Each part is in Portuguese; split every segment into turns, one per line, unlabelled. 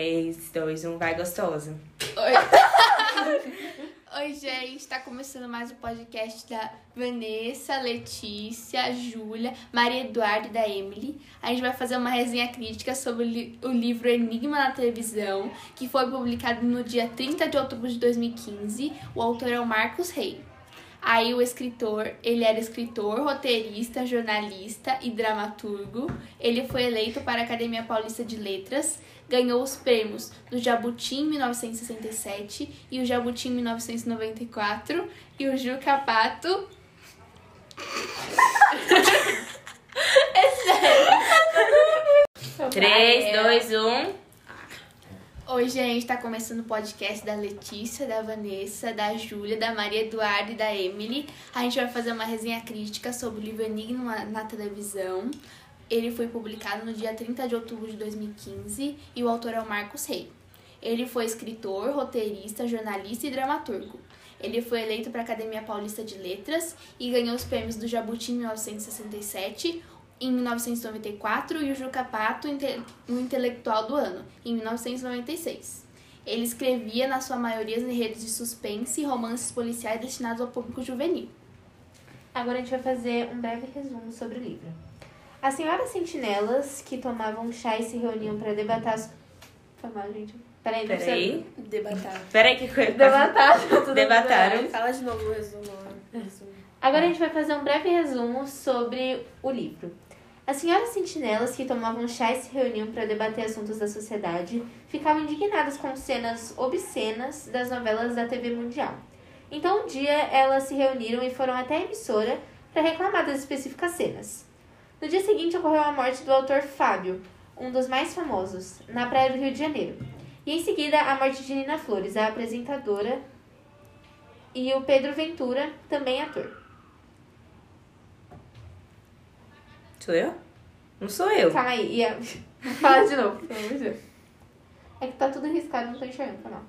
3, 2, 1, vai gostoso.
Oi. Oi, gente. Tá começando mais o um podcast da Vanessa, Letícia, Júlia, Maria Eduarda e da Emily. A gente vai fazer uma resenha crítica sobre o, li o livro Enigma na Televisão, que foi publicado no dia 30 de outubro de 2015. O autor é o Marcos Rey. Aí o escritor, ele era escritor, roteirista, jornalista e dramaturgo. Ele foi eleito para a Academia Paulista de Letras, ganhou os prêmios do Jabuti em 1967 e o Jabuti em 1994 e o Juca Pato. é sério.
3,
é.
2, 1.
Oi, gente, tá começando o podcast da Letícia, da Vanessa, da Júlia, da Maria Eduarda e da Emily. A gente vai fazer uma resenha crítica sobre o livro Enigma na televisão. Ele foi publicado no dia 30 de outubro de 2015 e o autor é o Marcos Rey. Ele foi escritor, roteirista, jornalista e dramaturgo. Ele foi eleito para a Academia Paulista de Letras e ganhou os prêmios do Jabuti em 1967, em 1994 e o Juca Pato no um Intelectual do Ano, em 1996. Ele escrevia, na sua maioria, em redes de suspense e romances policiais destinados ao público juvenil.
Agora a gente vai fazer um breve resumo sobre o livro. As senhoras sentinelas que tomavam chá e se reuniam para debatar. Foi mal, gente. Peraí,
Peraí. Precisa...
Debatar.
Peraí, que coisa. tá
Debatar.
Debataram.
Fala de novo o resumo. resumo.
Agora a gente vai fazer um breve resumo sobre o livro. As senhoras sentinelas que tomavam chá e se reuniam para debater assuntos da sociedade ficavam indignadas com cenas obscenas das novelas da TV mundial. Então um dia elas se reuniram e foram até a emissora para reclamar das específicas cenas. No dia seguinte ocorreu a morte do autor Fábio, um dos mais famosos, na praia do Rio de Janeiro. E em seguida a morte de Nina Flores, a apresentadora, e o Pedro Ventura, também ator.
Sou eu? Não sou eu.
Calma aí, ia... fala de novo, pelo amor de Deus. É que tá tudo riscado, não tô enxergando, tá mal.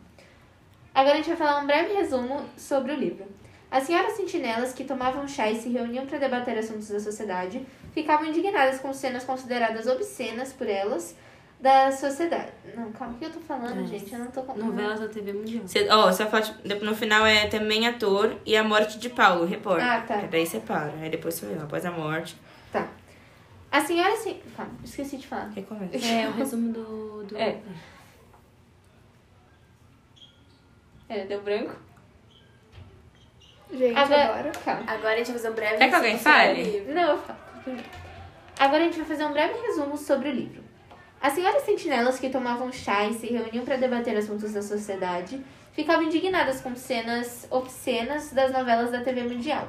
Agora a gente vai falar um breve resumo sobre o livro. As senhoras sentinelas que tomavam chá e se reuniam para debater assuntos da sociedade ficavam indignadas com cenas consideradas obscenas por elas da sociedade. Não, calma, o que eu tô falando,
Nossa.
gente? Eu não tô...
Novelas da TV mundial.
Cê, ó, só fala, tipo, no final é também ator e a morte de Paulo, repórter.
Ah, tá.
Aí Daí você para. Aí depois sou eu, após a morte.
Tá. As senhoras... sen- Calma, esqueci de falar.
Aí começa.
É o resumo do. do...
É. É, deu branco?
Gente,
Calma.
Agora a gente vai fazer um breve.
Quer que alguém
resumo sobre
fale?
o livro.
Não, eu falo. Agora a gente vai fazer um breve resumo sobre o livro. As senhoras sentinelas que tomavam chá e se reuniam para debater assuntos da sociedade ficavam indignadas com cenas obscenas das novelas da TV mundial.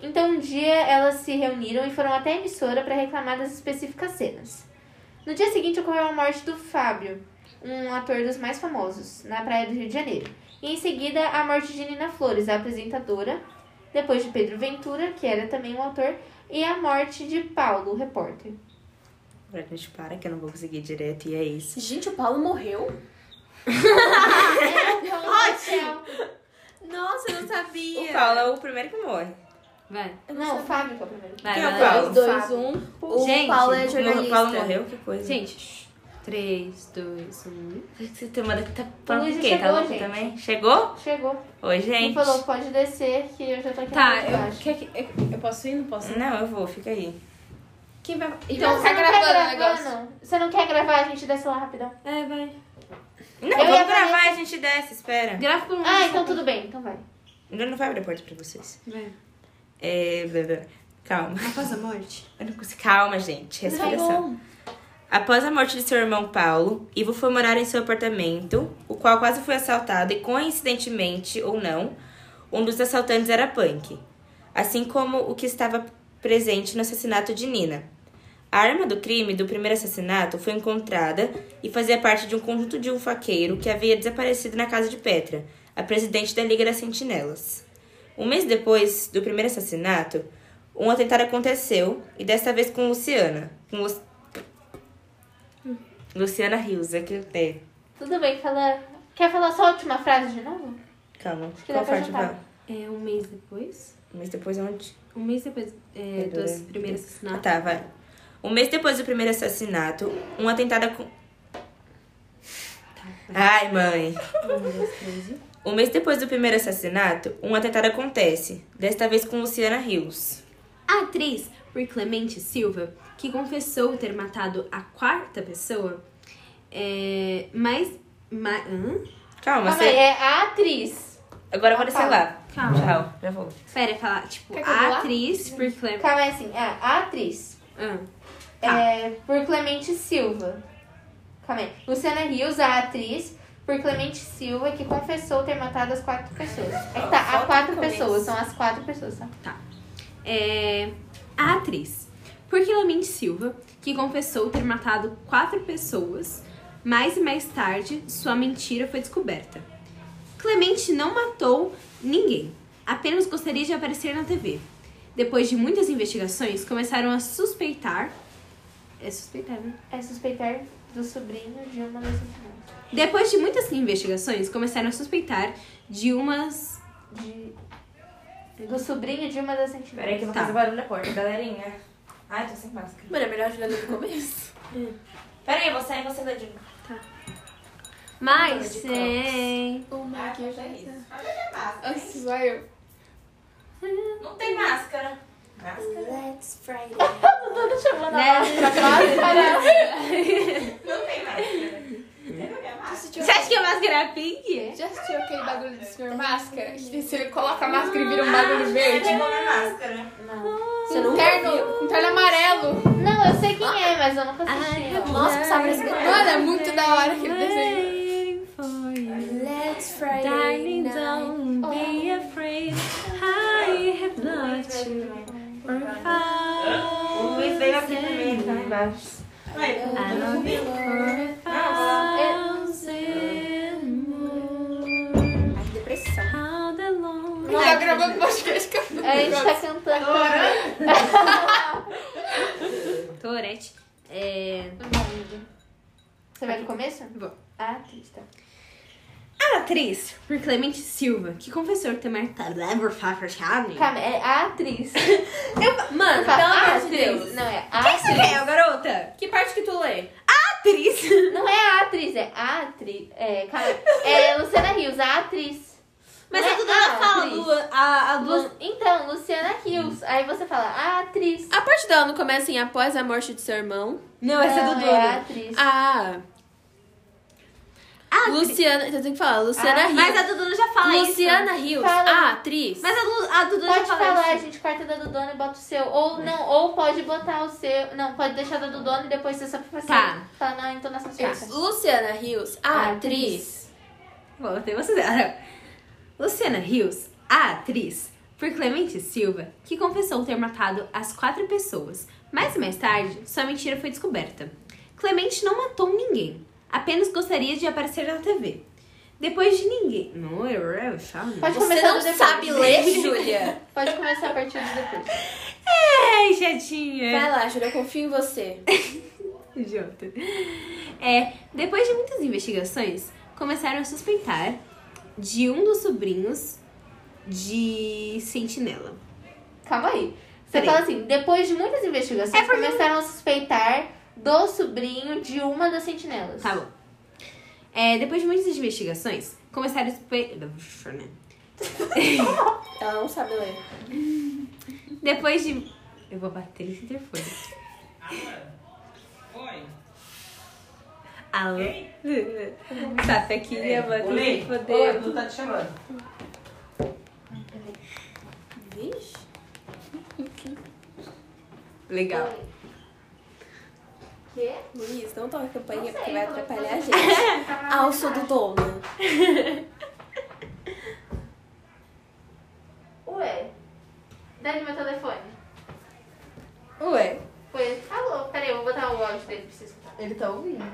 Então um dia elas se reuniram e foram até a emissora para reclamar das específicas cenas. No dia seguinte ocorreu a morte do Fábio, um ator dos mais famosos, na praia do Rio de Janeiro. E em seguida a morte de Nina Flores, a apresentadora, depois de Pedro Ventura, que era também um autor, e a morte de Paulo, o repórter.
Agora a gente para que eu não vou conseguir direto e é isso.
Gente, o Paulo morreu?
Ótimo!
Nossa, eu não sabia.
O Paulo é o primeiro que morre.
Vai,
Não, o Fábio que é o primeiro.
vai,
Quem é o
vai.
Paulo?
vai.
2, 1. O
Gente,
Paulo é
o
O
jornalista.
Paulo morreu? Que coisa.
Gente, 3, 2, 1.
Você tem uma que tá falando
Luiz
o quê? Tá
chegou,
louco
Então, gente.
também? Chegou?
Chegou.
Oi,
Ele
gente.
falou, pode descer, que eu já tô aqui
Tá,
na
eu-
baixo.
Quer que- eu- Eu posso ir? Não posso ir?
Não, eu vou, fica aí.
Quem vai.
Então,
Então,
você
tá
não quer
gravando o
gravar,
negócio.
não? Você não quer gravar, a gente desce lá rapidão.
É, vai.
Não,
Eu
vamos
ia falar assim.
gravar, a gente desce, espera.
Grava por um
Ah, então tudo bem, então vai.
Ele não vai abrir a porta pra vocês.
Vai.
É. blá, blá. Calma.
Após a morte.
Eu não consigo- Calma, gente. Respiração.
bom.
Após a morte de seu irmão Paulo, Ivo foi morar em seu apartamento, o qual quase foi assaltado e, coincidentemente ou não, um dos assaltantes era punk, assim como o que estava presente no assassinato de Nina. A arma do crime do primeiro assassinato foi encontrada e fazia parte de um conjunto de um faqueiro que havia desaparecido na casa de Petra, a presidente da Liga das Sentinelas. Um mês depois do primeiro assassinato, um atentado aconteceu e desta vez com Luciana, com Lu- Luciana Rios, é que é.
Tudo bem, fala... Quer falar só a última frase de novo?
Calma,
que
qual
dá pra
parte
juntar.
vai?
É um mês depois.
Mas depois onde?
Um mês depois é, dos
Pera,
primeiros
Ah,
assassinatos.
tá, vai. Um mês depois do primeiro assassinato, um atentado. acon- Ai, mãe.
Um, dois, três e...
Um mês depois do primeiro assassinato, um atentado acontece, desta vez com Luciana Rios.
A atriz Rui Clemente Silva, que confessou ter matado a quarta pessoa, é, mas... ma- hã?
Calma, Ah, tá.
Calma
você...
aí, é a atriz.
agora eu vou descer lá.
Calma.
Tchau, já vou.
Espera, é falar, tipo,
Quer que eu vou
a
lá?
atriz Rui Clemente...
Calma aí, assim, é a atriz. É, por Clemente Silva. Calma aí. Luciana Rios, a atriz, por Clemente Silva, que confessou ter matado as quatro pessoas. É que tá,
Falta
há
o
quatro
começo.
pessoas, são as quatro pessoas, tá?
é, a atriz Porque Lamente Silva, que confessou ter matado quatro pessoas, mas mais tarde sua mentira foi descoberta. Clemente não matou ninguém, apenas gostaria de aparecer na TV. Depois de muitas investigações, começaram a suspeitar. É suspeitar, né?
É suspeitar do sobrinho de uma das vítimas.
Depois de muitas investigações, começaram a suspeitar de umas.
De... Do sobrinho de uma das vítimas.
Peraí que eu vou
Tá.
fazer barulho na porta, galerinha. Ai, tô sem máscara.
Mano, é melhor jogar desde o começo.
Peraí, eu vou sair e você dá de novo.
Mas. É...
Uma que eu já
máscara.
Antes sou né? eu.
Não tem máscara. Máscara?
Let's Friday.
Todo chamando
Né?
Não tem máscara.
Você acha que a máscara é pink?
Já assistiu aquele bagulho do Sr. Máscara? Que se ele coloca a máscara e vira um bagulho
Eu
verde.
não é máscara.
Você não terno, com terno amarelo.
Não, eu sei quem é, mas eu nunca assisti. ela.
Nossa, que sabe esse
Mano, é muito da hora aquele desenho.
Waiting for you.
Let's Friday.
Darling, don't be afraid. I have loved you for
O
é,
Luiz veio aqui primeiro, tá lá
thousand.
embaixo. Ah,
I love you for a é, thousand more.
Ai, depressão.
How the long
Não tá gravando podcast que eu não
A gente tá cantando.
Torete. É...
Você vai no começo?
Vou.
Ah, atriz, tá.
A atriz, por Clemente Silva, que confessou ter matado Ever Fafershane.
Calma, é a atriz.
Mano,
Fala,
pelo
a
amor de Deus.
atriz. Não, é a
Quem você
atriz.
quer, garota?
Que parte que tu lê?
Atriz.
Não é a atriz, é a atriz. É, calma. É Luciana Rios, a atriz.
Mas é
Não é
é
a Dudana
a
fala
atriz.
do, a, a Lu-
Lu- Então, Luciana Rios. Aí você fala, a atriz.
A parte dela não começa em após a morte de seu irmão.
Não, essa é do
Não,
Dona.
a atriz.
Ah. Luciana. Então tem que falar. Luciana Rios.
Ah, Mas a Dudana já fala isso.
Luciana Rios,
Fala.
a atriz.
Mas a, Lu, a Dudana
Pode
já
falar,
fala
a
isso.
gente corta da Dudona e bota o seu. Ou não, ou pode botar o seu. Não, pode deixar da Dudona e depois você só fala
Tá.
assim. Fala na entonação chata.
Tá. Luciana Rios,
A
a atriz.
Bom, tem vocês. Ah, não. Luciana Rios, a atriz, por Clemente Silva, que confessou ter matado as quatro pessoas, mas mais tarde sua mentira foi descoberta. Clemente não matou ninguém, apenas gostaria de aparecer na TV. Depois de ninguém. Não, eu, eu, eu,
Pode
Você
começar
não
do depois.
sabe ler, Júlia?
Pode começar a partir de depois.
Ai, chatinha.
Vai lá, Júlia, eu confio em você.
Idiota. É, depois de muitas investigações, começaram a suspeitar de um dos sobrinhos de Sentinela.
Calma aí. Você
Peraí.
fala assim, depois de muitas investigações,
É porque-
começaram a suspeitar do sobrinho de uma das sentinelas.
Tá bom. É, depois de muitas investigações, começaram a suspeitar.
Ela não sabe ler.
Depois de. Eu vou bater nesse interfone.
Oi.
Alô? Tá, Fequinha, mano.
Ô, Lei, Ô,
Fodeu.
Edu tá te chamando.
Vixe.
Legal.
Quê?
Luiz, não toca a campainha
Não sei,
porque vai
eu tô
atrapalhar a
pensando.
gente. Ah, eu sou do dono.
Ué. Dani, meu telefone.
Ué,
Ué. Alô, peraí, eu vou botar o áudio dele pra você escutar.
Ele tá ouvindo.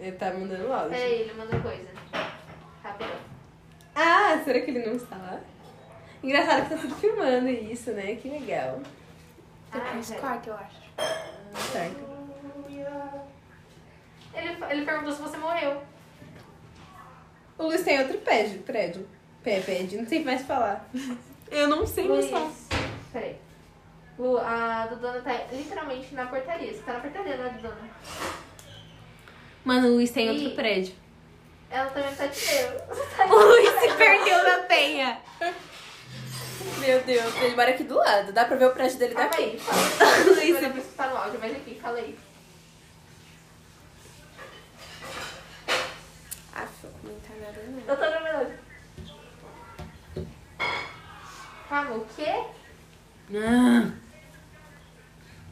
ele tá mandando
É.
áudio.
Peraí, ele mandou coisa. Rapidão.
Ah, será que ele não está lá? Engraçado que tá tudo filmando isso, né? Que legal.
Ah,
Depois corta, eu acho.
Certo.
Ele, ele perguntou se você morreu.
O Luiz tem outro prédio, prédio. Pé, prédio, não sei mais falar. Eu não sei mais falar.
Peraí. Lu, a Dudona tá literalmente na portaria. Você tá na portaria, né, Dudona?
Mano, o Luiz tem
E-
outro prédio.
Ela também tá de Deus.
Ui, se perdeu na penha.
Meu Deus, ele mora aqui do lado. Dá pra ver o prédio dele
Calma
daqui.
aí, fala. Luísa. Eu preciso estar no áudio, mas aqui, fala aí.
Aff, não tá nada não.
Eu tô gravando. Calma, o quê?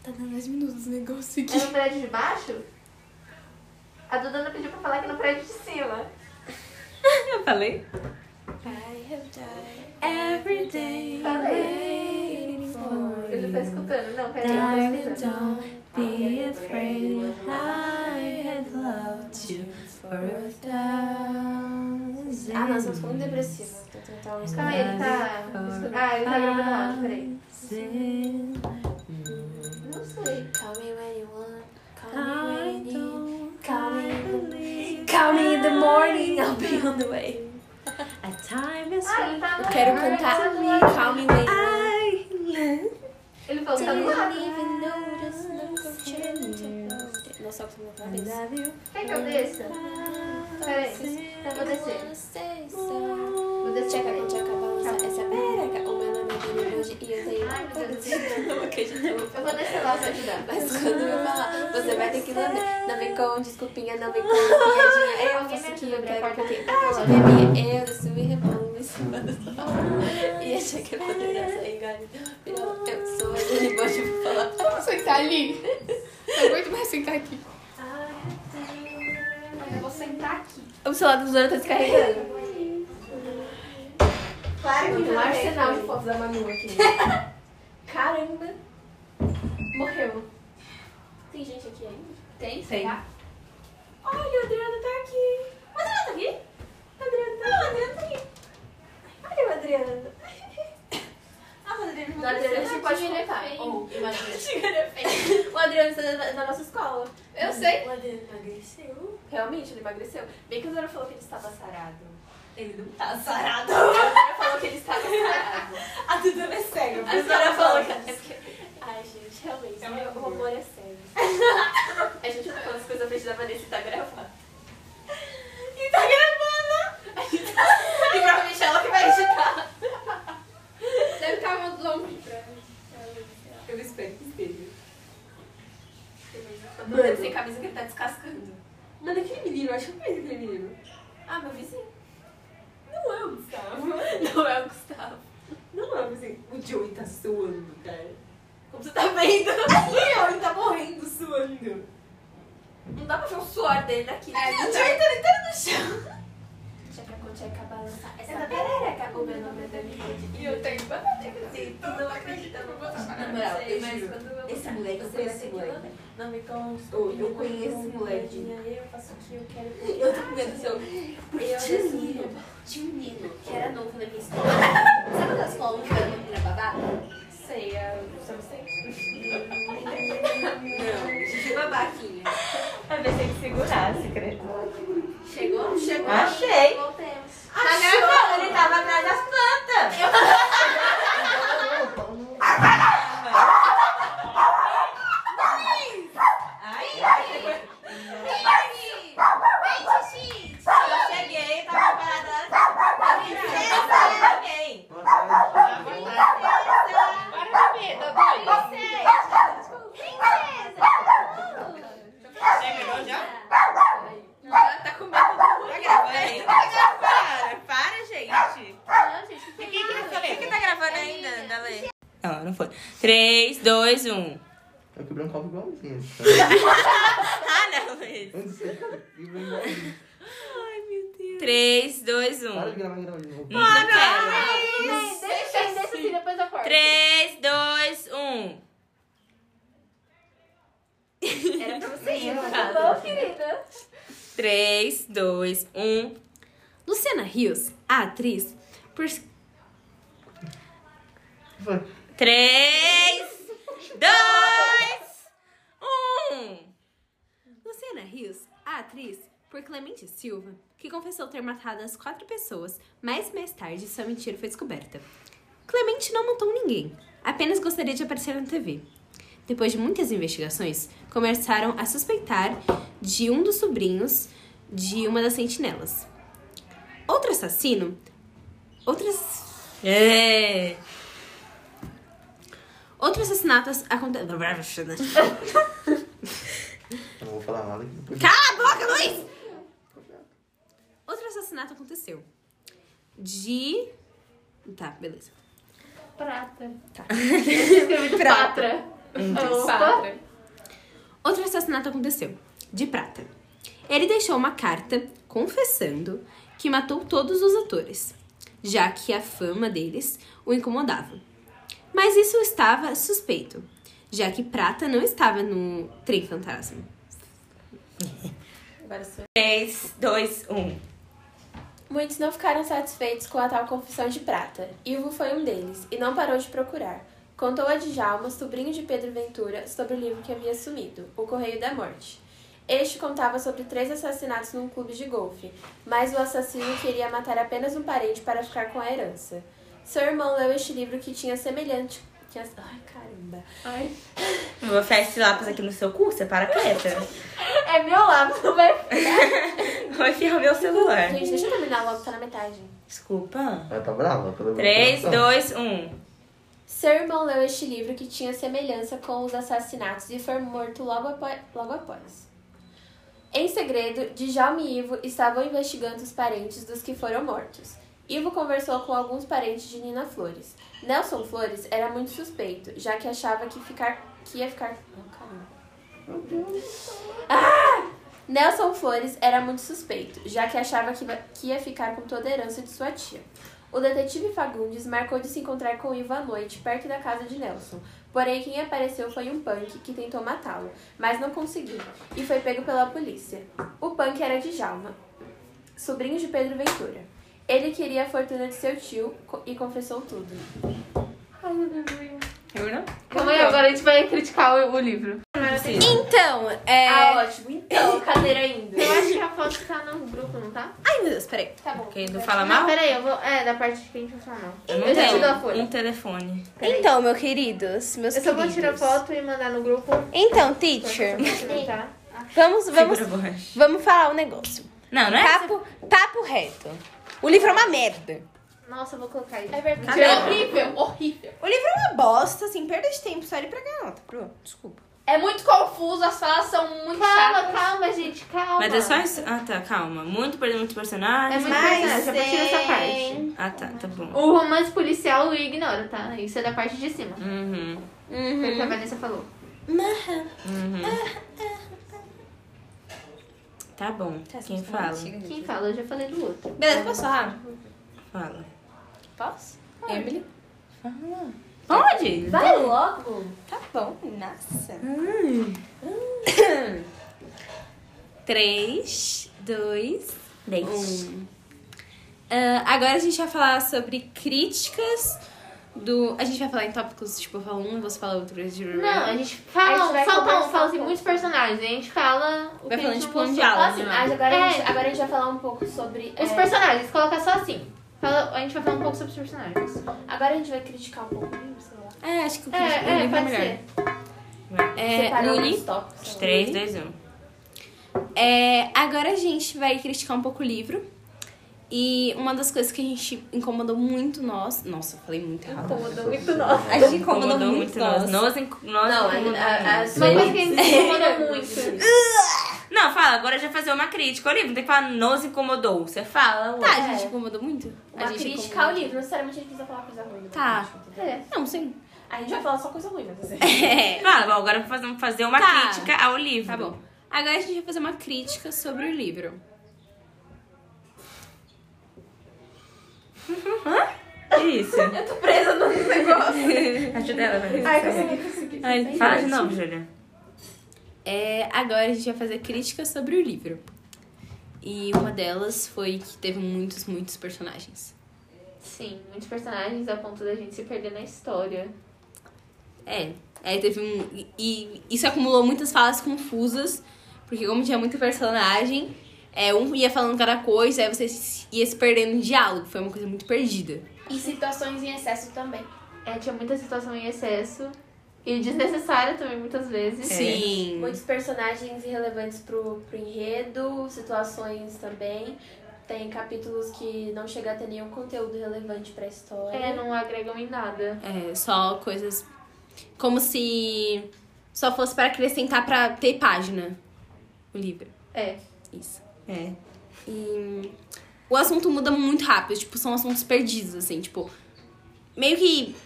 Tá dando 10 minutos o negócio aqui.
É no prédio de baixo? A Dudana pediu pra falar que é no prédio de cima.
Ah.
Eu falei? Every day.
Fala aí. Eu não tô tá escutando, não, peraí. Eu não tô escutando.
Be afraid I had loved you for a thousand
Ah, nossa, eu tô muito depressiva. Vou tentar um
Calma aí, ele tá. escu- Ah, ele tá gravando áudio, peraí.
years.
Não sei.
Call me when you want. Call me
I
when you need.
don't
Call
believe
Call me in the morning. I'll be on the way.
a time is
Ah, ele tá no
Eu quero cantar Call me when you want.
I love
Ele falou que tá no lado.
Nossa, eu tô na cabeça.
you.
Quer que eu desça? Peraí. Então eu vou descer. Vou descer,
Tchaca,
peraí.
tchaca, balança essa é pereca. O meu nome é Dani hoje e eu tenho
Ai,
uma
meu Deus do
coisa.
céu.
Não acredito que eu vou
Eu
falar.
vou descer lá pra ajudar.
Mas quando eu falar, você vai ter que lamber. Não me conte, desculpinha, não me conte, piadinha. Eu
Alguém me
faço o que
ajuda a
eu
abrir a
quero
porta
porque
aqui.
a gente é minha. Eu desço e rebolo em cima da sua mão. E achei que eu poderia sair engane. Eu sou a Dani Bosch, vou falar.
Eu vou sentar ali. Não aguento mais sentar aqui.
Eu vou sentar aqui.
O celular do Zona tá descarregando.
Claro que
Tem um
não.
arsenal de fotos da Manu aqui. Caramba. Morreu. Tem gente aqui ainda?
Tem?
Tem.
Tá? Olha, o Adriano tá aqui. O Adriano tá aqui? O Adriano tá aqui. o Adriano tá aqui. Olha o Adriano. Ah, o Adriano
O Adriano você pode colocar. Ou,
imagina. o Adriano
é
está na, na nossa escola. Eu sei.
O Adriano emagreceu. Realmente, ele emagreceu. Bem que o Zona falou que ele estava sarado.
Ele não
Tá sarado. A Zona falou que ele estava sarado.
A Dudana é cega.
A Zona falou que... é porque- Ai, gente, realmente, meu- o amor é sério. A gente tá falando as coisas na frente da Vanessa e tá gravando.
E tá gravando.
E provavelmente ela que vai editar.
Deve estar muito longe pra mim.
Eu espero que esteja.
Eu tô vendo sem camisa que ele tá descascando.
Mano, aquele menino, eu acho que fez aquele menino.
Ah, meu vizinho.
Não é o Gustavo.
Não é o Gustavo.
Não é assim. O Joey tá suando, cara.
Como você tá vendo?
O Joey tá morrendo suando.
Não dá pra ver o suor dele daqui.
É, o Joey tá deitado no chão.
Tchaca, tchaca, balança essa perereca. O meu nome é Dani Rede. E eu tenho batata. Não acredito. Eu vou botar pra
Na moral, eu juro,
Esse moleque, eu
conheço esse moleque.
Não me consta.
Ô, eu conheço esse moleque.
Eu faço o que eu quero. Eu tô com medo do seu.
Porque
Eu
tinha um
desci.
menino, tinha um menino que era novo na minha escola. Sabe aquela escola onde era uma menina babá?
Sei, eu só sei.
Não, tinha uma baquinha.
Eu pensei que segurasse, credo.
Chegou? Chegou.
Achei.
Voltemos.
Tá gravando, ele tava atrás das plantas. Eu cheguei, tava parada. na princesa, ninguém. Princesa. Tá
Tá com medo
gravando? Para, para, gente.
Não, gente, o que que é?
Por que tá gravando ainda, Dalê? Não, não foi. 3, 2, 1.
Eu quebrei um copo igualzinho.
Ah, não, Luiz.
Eu não sei, cara. Quebrei igualzinho.
3, 2, 1.
Para de gravar e gravar de novo.
Não quero.
Deixa eu descer assim, depois eu corto.
3, 2, 1.
Era pra você é ir,
Tá bom, querida.
3, 2, 1.
Luciana Rios, a atriz, por...
3, 2, 1.
Luciana Rios, a atriz, por Clemente Silva, que confessou ter matado as quatro pessoas, mas mais tarde sua mentira foi descoberta. Clemente não matou ninguém, apenas gostaria de aparecer na TV. Depois de muitas investigações, começaram a suspeitar de um dos sobrinhos de uma das sentinelas. Outro assassino. Outras
É.
Outros assassinatos acontecem.
Eu não vou falar nada aqui. Porque...
Outro assassinato aconteceu. De. Tá, beleza.
Prata. Tá. Escrevi Patra. Patra.
Outro assassinato aconteceu. De prata. Ele deixou uma carta confessando que matou todos os atores, já que a fama deles o incomodava. Mas isso estava suspeito, já que Prata não estava no trem fantasma.
Agora sou eu.
3, 2, 1.
Muitos não ficaram satisfeitos com a tal confissão de prata. Ivo foi um deles e não parou de procurar. Contou a Djalma, sobrinho de Pedro Ventura, sobre o livro que havia sumido, O Correio da Morte. Este contava sobre três assassinatos num clube de golfe, mas o assassino queria matar apenas um parente para ficar com a herança. Seu irmão leu este livro que tinha semelhante. Tinha... Ai, caramba!
Ai.
Eu vou enfiar esse lápis aqui no seu cu, você para quieta.
É meu lápis, não vai
Vou enfiar o meu celular.
Gente, deixa eu terminar logo, tá na metade.
Desculpa. um.
Ela tá brava. pelo
3,
coração.
2, 1.
Seu irmão leu este livro que tinha semelhança com os assassinatos e foi morto logo, apo- logo após. Em segredo, Djalma e Ivo estavam investigando os parentes dos que foram mortos. Ivo conversou com alguns parentes de Nina Flores. Nelson Flores era muito suspeito, já que achava que, ficar, que ia ficar. Oh, caramba. Ah! Nelson Flores era muito suspeito, já que achava que, va- que ia ficar com toda a herança de sua tia. O detetive Fagundes marcou de se encontrar com Ivo à noite, perto da casa de Nelson. Porém, quem apareceu foi um punk que tentou matá-lo, mas não conseguiu, e foi pego pela polícia. O punk era de Jalma, sobrinho de Pedro Ventura. Ele queria a fortuna de seu tio co- e confessou tudo.
Ai, meu Deus.
Terminou?
Calma aí, agora a gente vai criticar o, o livro.
Então, é.
Ah, ótimo. Então, cadeira ainda.
Eu acho que a foto tá no grupo, não tá?
Ai, meu Deus, peraí.
Tá bom.
Quem não fala
Não,
mal?
peraí, eu vou. É, da parte de quem não fala mal.
Eu não
já te dou a
tenho
folha.
um telefone.
Peraí.
Então, meu queridos, meus
Eu só vou tirar
queridos.
foto e mandar no grupo. tá.
Então,
pra
teacher,
você comentar.
vamos, vamos,
Segura a borracha.
vamos falar um negócio.
Não, não é?
Papo, papo reto. O livro é uma merda.
Nossa, eu vou colocar aí.
É verdade.
Tirou.
Horrível, horrível.
O livro é uma bosta, assim, perda de tempo, só ele pra garota. Pro, desculpa.
É muito confuso, as falas são muito
Calma,
chatas.
calma, gente, calma.
é Mas é só isso. Ah, tá, calma. Muito perdendo muitos
É
personagens.
muito
Mas
importante, eu vou tirar essa parte.
tem-
Ah, tá, tá bom.
O romance policial eu ignoro, tá? Isso é da parte de cima.
Uhum.
Foi o que a Vanessa falou.
Tá bom. Quem fala?
Quem fala? Eu já falei do outro.
Beleza, posso falar?
Fala.
Posso? Emily?
Pode?
Vai logo.
Tá bom, nossa. Três, dois,
Deixa.
um. Ah, agora a gente vai falar sobre críticas do... A gente vai falar em tópicos, tipo, eu falo um, você fala outro.
Não, né? a gente fala,
A gente vai
falta um,
conversar
fala assim,
um pouco.
muitos personagens. A gente fala o
Vai
que a
falando
gente
de
não
plano de
gostou.
aula.
Posso? Ah, agora, a gente,
É.
agora a gente vai falar um pouco sobre...
Os
é,
personagens, coloca só assim. Fala- a gente vai falar um pouco sobre os personagens.
Agora a gente vai criticar um pouco, o livro, sei lá.
É, acho que o
É,
crítico do
é,
livro é
pode
melhor.
ser.
É,
Separar
Luli,
os tópicos, sei lá.
3, 2, 1.
É, agora a gente vai criticar um pouco o livro. E uma das coisas que a gente incomodou muito nós. Nossa, eu falei muito errado.
Incomodou muito nós.
A
tá
gente incomodou, muito, nós.
nós. Nós, inc- nós
Não,
incomodamos
a, a, a
muito.
sua
Uma coisa que a gente se incomoda muito.
Não, fala, agora já fazer uma crítica. Olivia, não tem que falar nos incomodou. Você
Então,
fala, ué.
Tá, a
É.
gente incomodou muito?
Uma
a gente
criticar o
incomodou.
livro, não necessariamente a gente precisa falar coisa ruim. do
Tá.
livro, entendeu?
É.
Não, sim.
A gente vai falar só coisa ruim, assim. vai fazer.
É,
Fala, bom, agora vamos fazer uma
Tá.
crítica ao livro.
tá bom. Agora a gente vai fazer uma crítica sobre o livro.
É Isso.
Eu tô presa no negócio.
Ajuda ela, Vanessa.
Ai, é consegui, consegui.
Ai, fala de novo, Júlia.
É, agora a gente vai fazer críticas sobre o livro. E uma delas foi que teve muitos, muitos personagens.
Sim, muitos personagens a ponto da gente se perder na história.
É. É, teve um. E, e isso acumulou muitas falas confusas, porque como tinha muito personagem, é, um ia falando cada coisa, aí você se- ia se perdendo em diálogo. Foi uma coisa muito perdida.
E situações em excesso também.
É, tinha muita situação em excesso. E desnecessária também, muitas vezes.
Sim.
Muitos personagens irrelevantes pro, pro enredo, situações também. Tem capítulos que não chega a ter nenhum conteúdo relevante pra história.
É, não agregam em nada.
É, só coisas. Como se só fosse para acrescentar para ter página. O livro.
É.
Isso.
É.
E o assunto muda muito rápido. Tipo, são assuntos perdidos, assim. Tipo, meio que.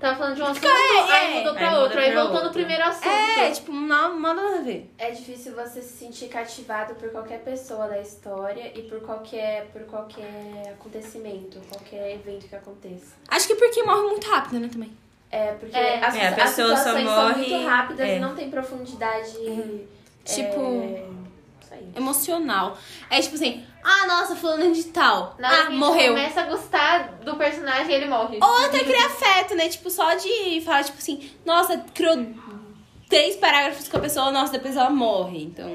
Tava falando de um assunto,
é.
aí mudou pra
Aí muda
outro, aí
pra
voltou no
outro.
primeiro assunto.
É, tipo, não, não nada a ver.
É difícil você se sentir cativado por qualquer pessoa da história e por qualquer, por qualquer acontecimento, qualquer evento que aconteça.
Acho que é porque morre muito rápido, né, também.
É, porque
É.
As,
É, a
as
pessoa só
situações
morre-
são muito rápidas
é.
e não tem profundidade. é,
Tipo-
isso aí.
Emocional. É tipo assim, ah, nossa, fulano de tal.
Na hora
ah,
que a gente
morreu.
começa a gostar do personagem, ele morre.
Ou até criar afeto, né? Tipo, só de falar, tipo assim, nossa, criou três parágrafos com a pessoa, nossa, depois ela morre. Então,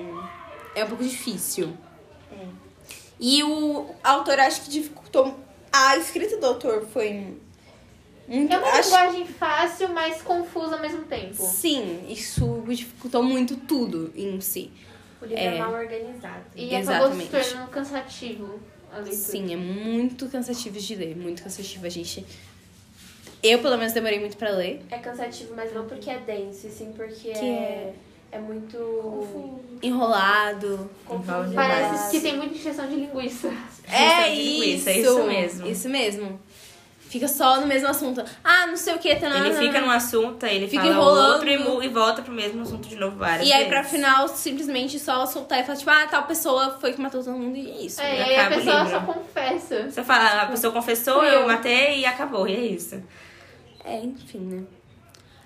é um pouco difícil. É. E o autor, acho que dificultou. A escrita do autor foi muito.
É uma
acho-
linguagem fácil, mas confusa ao mesmo tempo.
Sim, isso dificultou muito tudo em si.
O livro é, mal organizado.
E acabou se
Exatamente.
tornando cansativo a leitura.
Sim, é muito cansativo de ler, muito cansativo. A gente. Eu, pelo menos, demorei muito pra ler.
É cansativo, mas não porque é denso, e sim porque
Que
é, é muito
Enrolado.
confuso.
Parece que tem muita injeção de linguiça.
Gestão
É
de
isso,
linguiça, é isso mesmo.
Isso mesmo. Fica só no mesmo assunto. Ah, não sei o que, tá
Ele fica num assunto, aí ele
Fica
fala
enrolando.
outro e, mu- e volta pro mesmo assunto de novo várias
E aí,
vezes.
pra final, simplesmente só soltar e falar, tipo, ah, tal pessoa foi que matou todo mundo e é isso.
É,
acaba
e aí a
o
pessoa
livro.
só confessa.
Você fala, a pessoa confessou,
fui eu.
eu matei e acabou, e é isso.
É, enfim, né?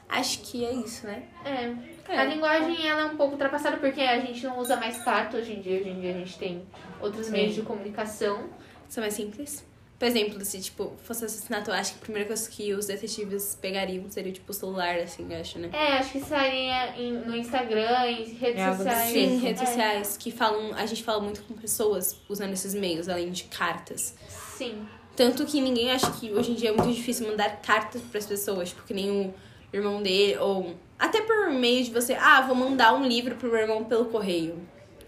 Acho que é isso, né?
É.
É.
A linguagem ela é um pouco ultrapassada porque a gente não usa mais carta hoje em dia. Hoje em dia a gente tem outros meios de comunicação.
São mais simples. Por exemplo, se, tipo, fosse assassinato, eu acho que a primeira coisa que os detetives pegariam seria, tipo, o celular, assim, eu acho, né?
É, acho que sairia em- no Instagram, em redes
É algo do
sociais.
Sim, redes
É,
sociais que falam. A gente fala muito com pessoas usando esses meios, além de cartas.
Sim.
Tanto que ninguém acha que hoje em dia é muito difícil mandar cartas pras pessoas, tipo, que nem o irmão dele, ou até por meio de você, ah, vou mandar um livro pro meu irmão pelo correio.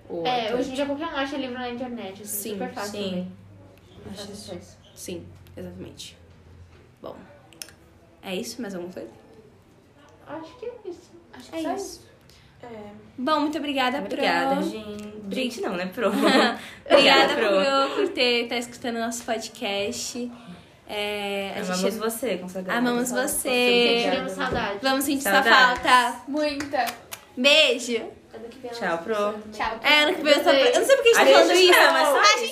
Ou
É,
até-
hoje em dia qualquer um acha livro na internet, assim,
Sim,
super fácil.
sim.
também.
Acho isso.
Acesso.
Sim, exatamente. Bom, é isso? Mais alguma coisa?
Acho que é isso.
Acho que
É
só
isso.
É.
Bom, muito obrigada,
Obrigada,
pro...
gente. Gente, não, né, Pro?
Obrigada,
Pro.
pro, por ter estar escutando nosso podcast. É, a
Amamos
gente
você, consagrada.
amamos você.
Sentiremos saudade.
Vamos sentir sua
Saudades.
falta.
Muita.
Beijo!
Ano que vem
Tchau, Pro.
Tchau.
É, ano que vem eu só. Eu não sei porque
A
a gente tá falando
gente
isso.
ama, só
a gente